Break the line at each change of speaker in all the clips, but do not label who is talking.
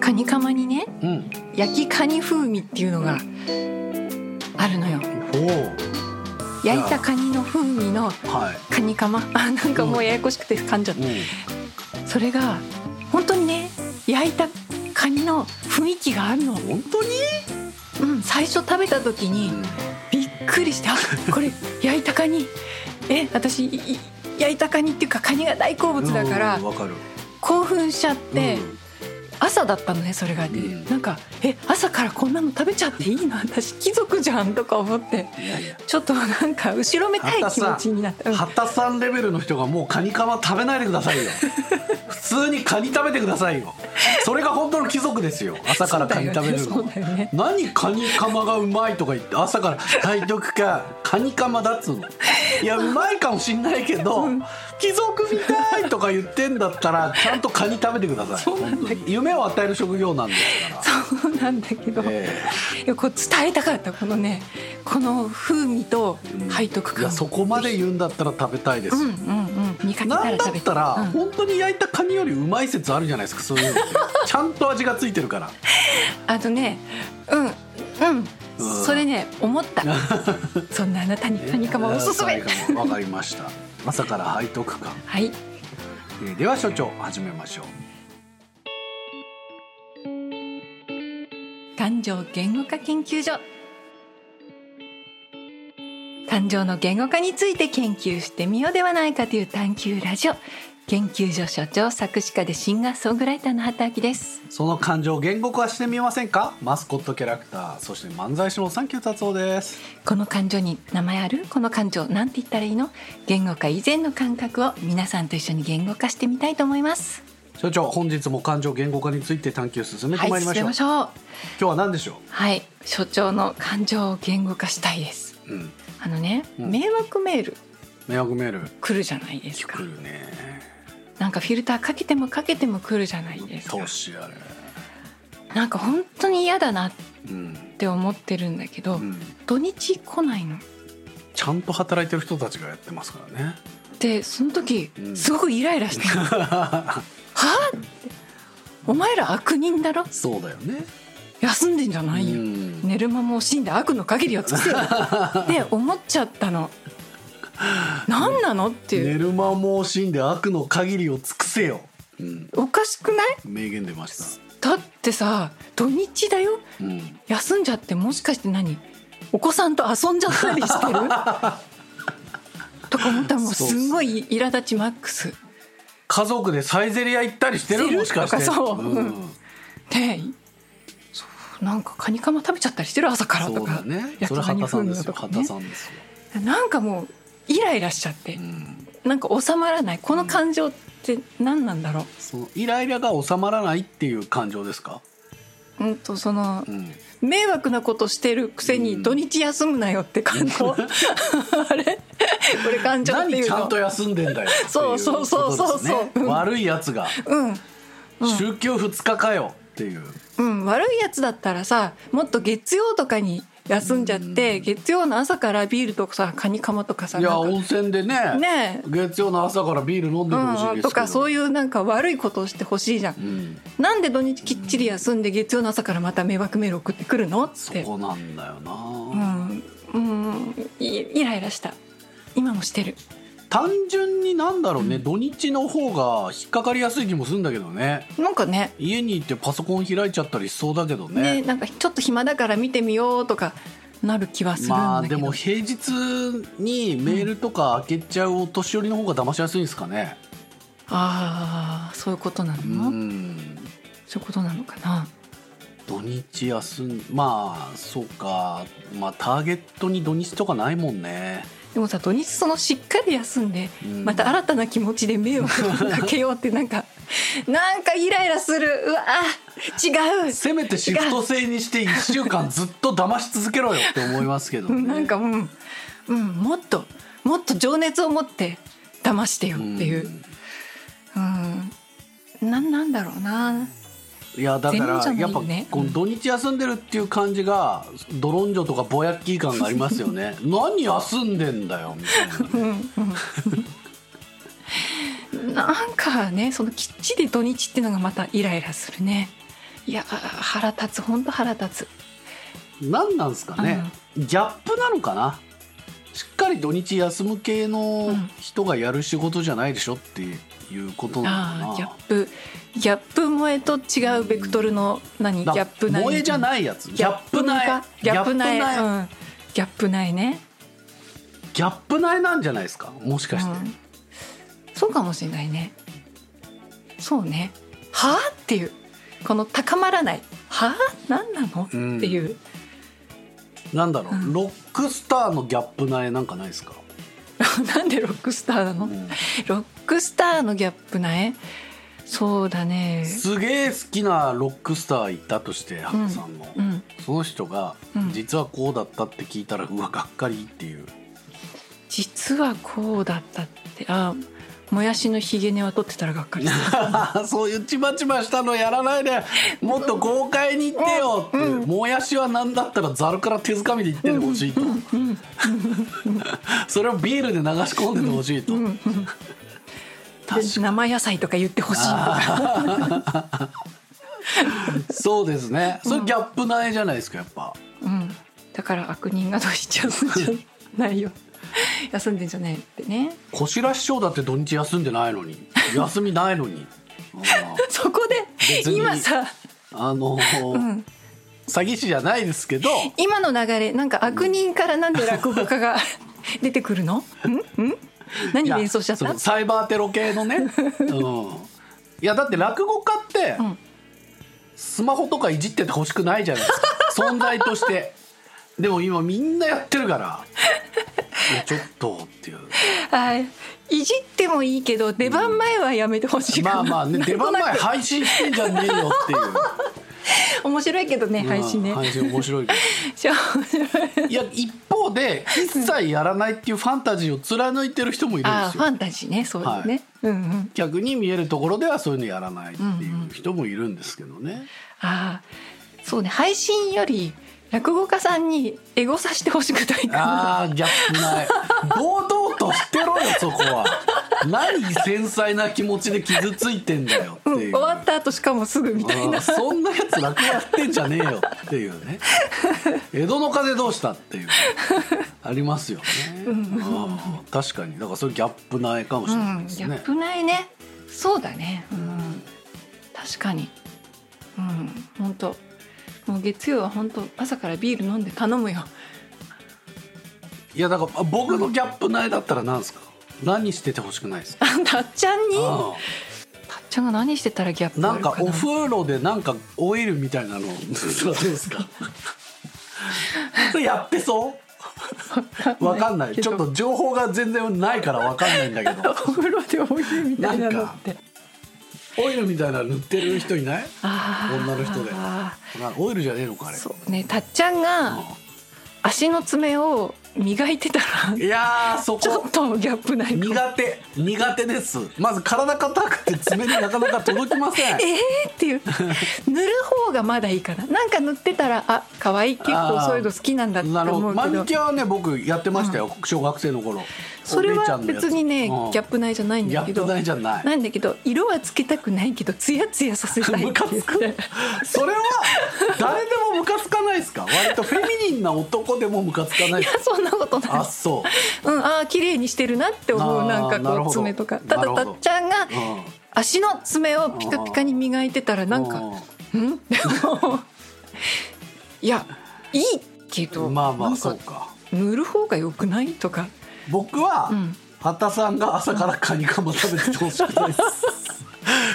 カニカマにね
うん。
焼きカニ風味っていうのがあるのよ
おお。
焼いたカニの風味の
は
カニカマあなんかもうややこしくて噛んじゃっ
い。
た、
うん。
それが本当にね焼いたカニの雰囲気があるの、
本当に？
うん、最初食べた時に、びっくりしてあこれ焼いたカニえ私いい焼いたカニっていうかカニが大好物だから
うんわかる。
興奮しちゃって、
うん
朝だったのねそれがで、
うん
なんかえ朝からこんなの食べちゃっていいの私貴族じゃんとか思って
いやいや。
ちょっとなんか後ろめたい気持ちになった、うん
畑さんレベルの人がもうカニカマ食べないでく ださいよ普通にカニ食べてくださいよそれが本当の貴族ですよ朝からカニ食べる
そう
の、
だよね
何カニカマがうまいとか言って朝から対局かカニカマだっつうのいやうまいかもしんないけど貴族みたいとか言ってんだったらちゃんとカニ食べてください
そうなんだけど
夢を与える職業なんですか
そうなんだけど、
ら、え
いやこう伝えたかったこのねこの風味と 背徳
えいや
感
そこまで言うんだったら食べたいです
う
よ、
んうんうん見かけた
な
ら
んだ
食
っ
べ
たら、
うん
本当に焼いたカニよりうまい説あるじゃないですかそういうのって ちゃんと味がついてるから
あのね、うん、うん、
うん
それね、思 った。そんなあなたに何かもおすすめ
え。ー何かもわかりました朝から背徳感、
はい、
えーでは所長始めましょう
感情言語化研究所。感情の言語化について研究してみようではないかという探求ラジオ。研究所所長作詞家でシンガーソングライターの畑明です。
その感情を言語化してみませんかマスコットキャラクターそして漫才師のサンキュー達夫です
この感情に名前あるこの感情なんて言ったらいいの言語化以前の感覚を皆さんと一緒に言語化してみたいと思います。
所長本日も感情言語化について探求進め
は
て
い、
まいりまし
進め
ょう、
ましょう。
今日は何でしょ
はい、所長の感情を言語化したいです。
う、うん、
あのね、
うん
迷惑メール
迷惑メール
来るじゃないですか
来。るね
なんかフィルターかけてもかけても来るじゃないですか
ど。うしやれ
なんか本当に嫌だなっ
うん、
て思ってるんだけど、
うん、
土日来ないの。
ちゃんと働いてる人たちがやってますからね
で、その時、
うん
すごくイライラ して、はぁってお前ら悪人だろ
そうだよね。
休んでんじゃないよ。
うん
寝る間も惜しんで悪の限りを尽く せよって思っちゃったの。何なのってい
寝
う。
る間も惜しんで悪の限りを尽くせよ。うん、
おかしくない
名言出まし
だってさ土日だよ
た。うん、
休んじゃってもしかして何お子さんと遊んじゃったりしてるとか思ったらもう
そうっすね
すごい苛立ちマックス
家族でサイゼリア行ったりして
して
る
る
もしかして。
とかそう
う
うんん、でそうなんかカニカマ食べちゃったりしてる朝から
そ
と
う
か
だ、ね。
やっと
それは畑さんですよ。
何風
畑
味
さ
の
んですよ。
とかねなんかもうイライラしちゃって
うん、
なんか収まらないこの感情って何なんだろ
そのイライラが収まらないっていう感情ですか。
ううんとその
うん、
迷惑なことしてるくせ
うん
に土日休むなよって感情、 あれこれ感情って
何
いう
ちゃん
の
と休んでんだよってい
そうそうそうそうそう
ことですね悪いやつが
うん
週休二日かよっていう。
うん、悪いやつだったらさもっと月曜とかに休んじゃって、月曜の朝からビールとかさカニカマとかさ
いや
なん
温泉でね
かねえ
月曜の朝からビール飲んで
う
ほしいですけ
ん、
ど。
とかそういうなんか悪いことをしてほしいじゃん、
うん
なんで土日きっちり休んで月曜の朝からまた迷惑メール送ってくるのっ
そ
て
こなんだよな、
うん、うん、いイライラした今もしてる
単純になんだろうね、土日の方が引っかかりやすい気もするんだけどね
なんかね
家に行ってパソコン開いちゃったりしそうだけど
ね
ね
なんかちょっと暇だから見てみようとかなる気はするんだけど、
まあでも平日にメールとか開けちゃうお年寄りの方が騙しやすいんですかね
ああそういうことなの、
うん、
そういうことなのかな
土日休んまあそうかまあターゲットに土日とかないもんね、
でもさ土日そのしっかり休んで、
うん
また新たな気持ちで迷惑をかけようってなんかなんかイライラするうわ違う
せめてシフト制にして1週間ずっと騙し続けろよって思いますけど、
う
ね、
ん なんかうん、うん、もっともっと情熱を持って騙してよっていううん、なんなんだろうない
やだか
全
ら
然じ
や
ゃな
っ
い
ぱ
よね
この土日休んでるっていう感じがドロンジョとかぼやっきー感がありますよ ね何休んでんだよみたいなね、
なんかねそのきっちり土日ってのがまたイライラするねいやあ腹立つ本当腹立つ
何なんですかね、ギャップなのかなしっかり土日休む系の人がやる仕事じゃないでしょっていうことな
あ
の
ーギャ
かな
ップギャップ萌えと違うベクトルの何ギ
だ
ャップない
萌えじゃないやつギャップない
ギャップない
ギャップ
うんギャップないね、
ギャップないなんじゃないですかもし
う
かして、
ん、そうかもしれないねそうねはあっていうこの高まらないはあ何なの、
うん
っていう
なんだろう、
うん
ロックスターのギャップないなんかないですか、
なんでロックスターなの、
う
ロ
ん
ックスターのギャップないそうだね
すげえ好きなロックスターいたとしてハクさんの、
うん
その人が
うん
実はこうだったって聞いたらうわがっかりっていう
実はこうだったってあもやしのひげ根は取ってたらがっかりする
そういうちまちましたのやらないでもっと豪快に言ってよって、もやしは何だったらざるから手づかみで言っててほしいと、 それをビールで流し込んでてほしいと、確
で生野菜とか言ってほしい
そうですねそれギャップないじゃないですかやっぱ
うん、だから悪人がどうしちゃうんじゃないよ休んでんじゃないって ね
小白師匠だって土日休んでないのに休みないのにう
そこ
別
で
に
今さ、
んあのー
うん、
詐欺師じゃないですけど
今の流れなんか悪人からなんで落語家が 出てくるのんん何連想しちゃっ
い
た
やそのサイバーテロ系 のね、うん、いやだって落語家って、
ん
スマホとかいじっててほしくないじゃな いですか存在としてでも今みんなやってる からいやちょっとっていう
はいいじってもいいけど出番前はやめてほしいか
ま
な、
あまあね出番前配信してんじゃねえよっていう
面白いけどね配信
う
ね
ん配信面白いけど
じゃあ 面白い
いや一方で一切やらないっていうファンタジーを貫いてる人もいるん
あ
で
あフ
すよ
ァンタジーねそうですね、うんうん
逆に見えるところではそういうのやらないっていう人もいるんですけどね、
ああそうね配信より落語家さんにエゴさしてほしくないかな
あーギャップない堂々としてろよそこは何繊細な気持ちで傷ついてんだよって
うん
い
終
う、
わった後しかもすぐみたい
うん
な
そんなやつ楽やってんじゃねえよっていうね江戸の風どうしたっていうありますよね、うん確かにだからそれギャップないかもし
う
れない
ん
です
ギャ
ね
ッ、プないねそうだねうん確かにうん本当もう月曜は本当朝からビール飲んで頼む よ
いやだからあ僕のギャップないだったら何ですか何しててほしくな いですか、
あたっちゃんに
うん
たっちゃんが何してたらギャップ
な
あ
ん
る
か
か
お
な
風呂でなんかオイルみたいなのそれはどうですかそれやってそうわ かんない
け
ち
ど
ょっと情報が全然ないからわかんないんだけ ど
お風呂でお湯みたいなのって
オイルみたいなの塗ってる人いない
あー
女の人で
あ
あオイルじゃねえのかあ
ー
れ
そうねたっちゃんが足の爪を磨いてたら
うんいやーそ
ちょ
こ
っとギャップないかも
苦手苦手ですまず体硬くて爪になかなか届きません
えーって いう塗る方がまだいいかななんか塗ってたらあ可愛い結構そういうの好きなんだって
なるほ
思
ど
うけ
マ
ど
ニキュアはね僕やってましたよ、小学生の頃
それ
お姉ちゃ
は
んのやつ
別にねギ
うん
ャップないじゃないんだけ
ギャッ
ど
プないじゃない
んだけど色はつけたくないけどツヤツヤさせたいっ
ム
て
カ
言
つ
っ
く
て
それは誰でもムカつかないですか割とフェミニンな男でもムカつかないですか
そんなこと ない
あそう
うんあー綺麗にしてるなって思う
あー
なんか
な
こ
るほ
う
ど
爪とかた
なる
だ
ほ
た
ど
っちゃんが
うん
足の爪をピカピカに磨いてたらなんかうんでもいやいいけ
う
ど
んまあま
な
あ
んか
そうか
塗る方が良くないとか
僕は、
うん
畑さんが朝からカニカマ食べててほしくないです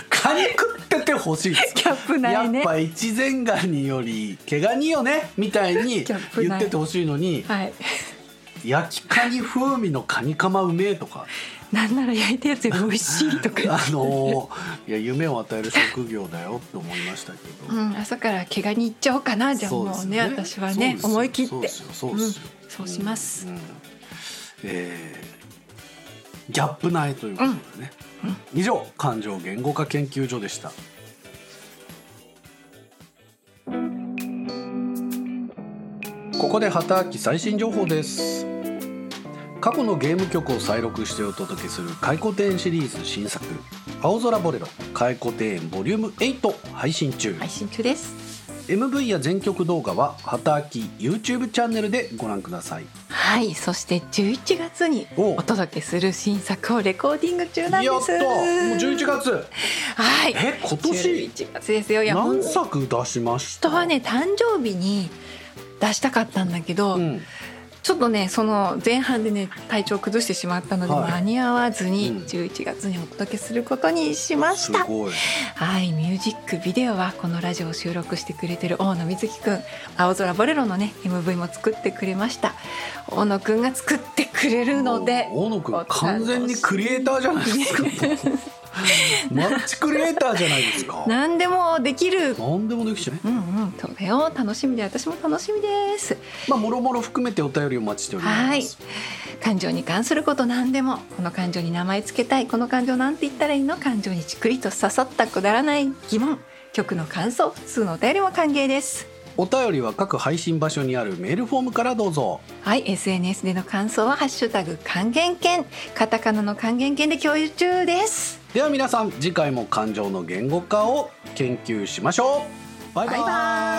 カニ食っててほしいです
ギャップないね
やっぱ越前ガニより毛ガニよねみたいに
ギャ
言
ップない
っててほしいのに
はい
焼きカニ風味のカニカマうめえ とか
なんなら焼いたやつより美味しいとか言っ
あ
て、
のーいや夢を与える職業だよって思いましたけど、
うん、朝から毛ガニ行っちゃおうかなじゃあ
そうで
も
す
うね私はね思い切って
そうですよそうですよ
うんそうします
うんえーギャップないということでね、以上感情言語化研究所でしたここで畑明最新情報です過去のゲーム曲を再録してお届けする回顧展シリーズ新作青空ボレロ開古庭園ボリューム8配信中、
配信中です
MV や全曲動画は畑き YouTube チャンネルでご覧ください
はいそして11月に
お
お届けする新作をレコーディング中なんです
やったもう11月
はい
え今年
11月ですよいや本
何作出しました
当はね誕生日に出したかったんだけど、
うん、
ちょっとねその前半でね体調崩してしまったので
はい
間に合わず
う
に
ん
11月にお届けすることにしますした、
ごい
はいミュージックビデオはこのラジオを収録してくれてる大野瑞希くん青空ボレロのね MV も作ってくれました大野くんが作ってくれるので
大野くん完全にクリエイターじゃないですか マルチクリエイターじゃないですか
何でもできる
何でもできちゃう
うんうんそれを楽しみで私も楽しみです
まあもろもろ含めてお便りお待ちしております
はい感情に関すること何でもこの感情に名前つけたいこの感情なんて言ったらいいの感情にじっくりと刺さったくだらない疑問曲の感想普通のお便りも歓迎です
お便りは各配信場所にあるメールフォームからどうぞ
はい SNS での感想は「ハッシュタグ還元券」カタカナの還元券で共有中です
では皆さん次回も感情の言語化を研究しましょうバイバ
バイバ
イ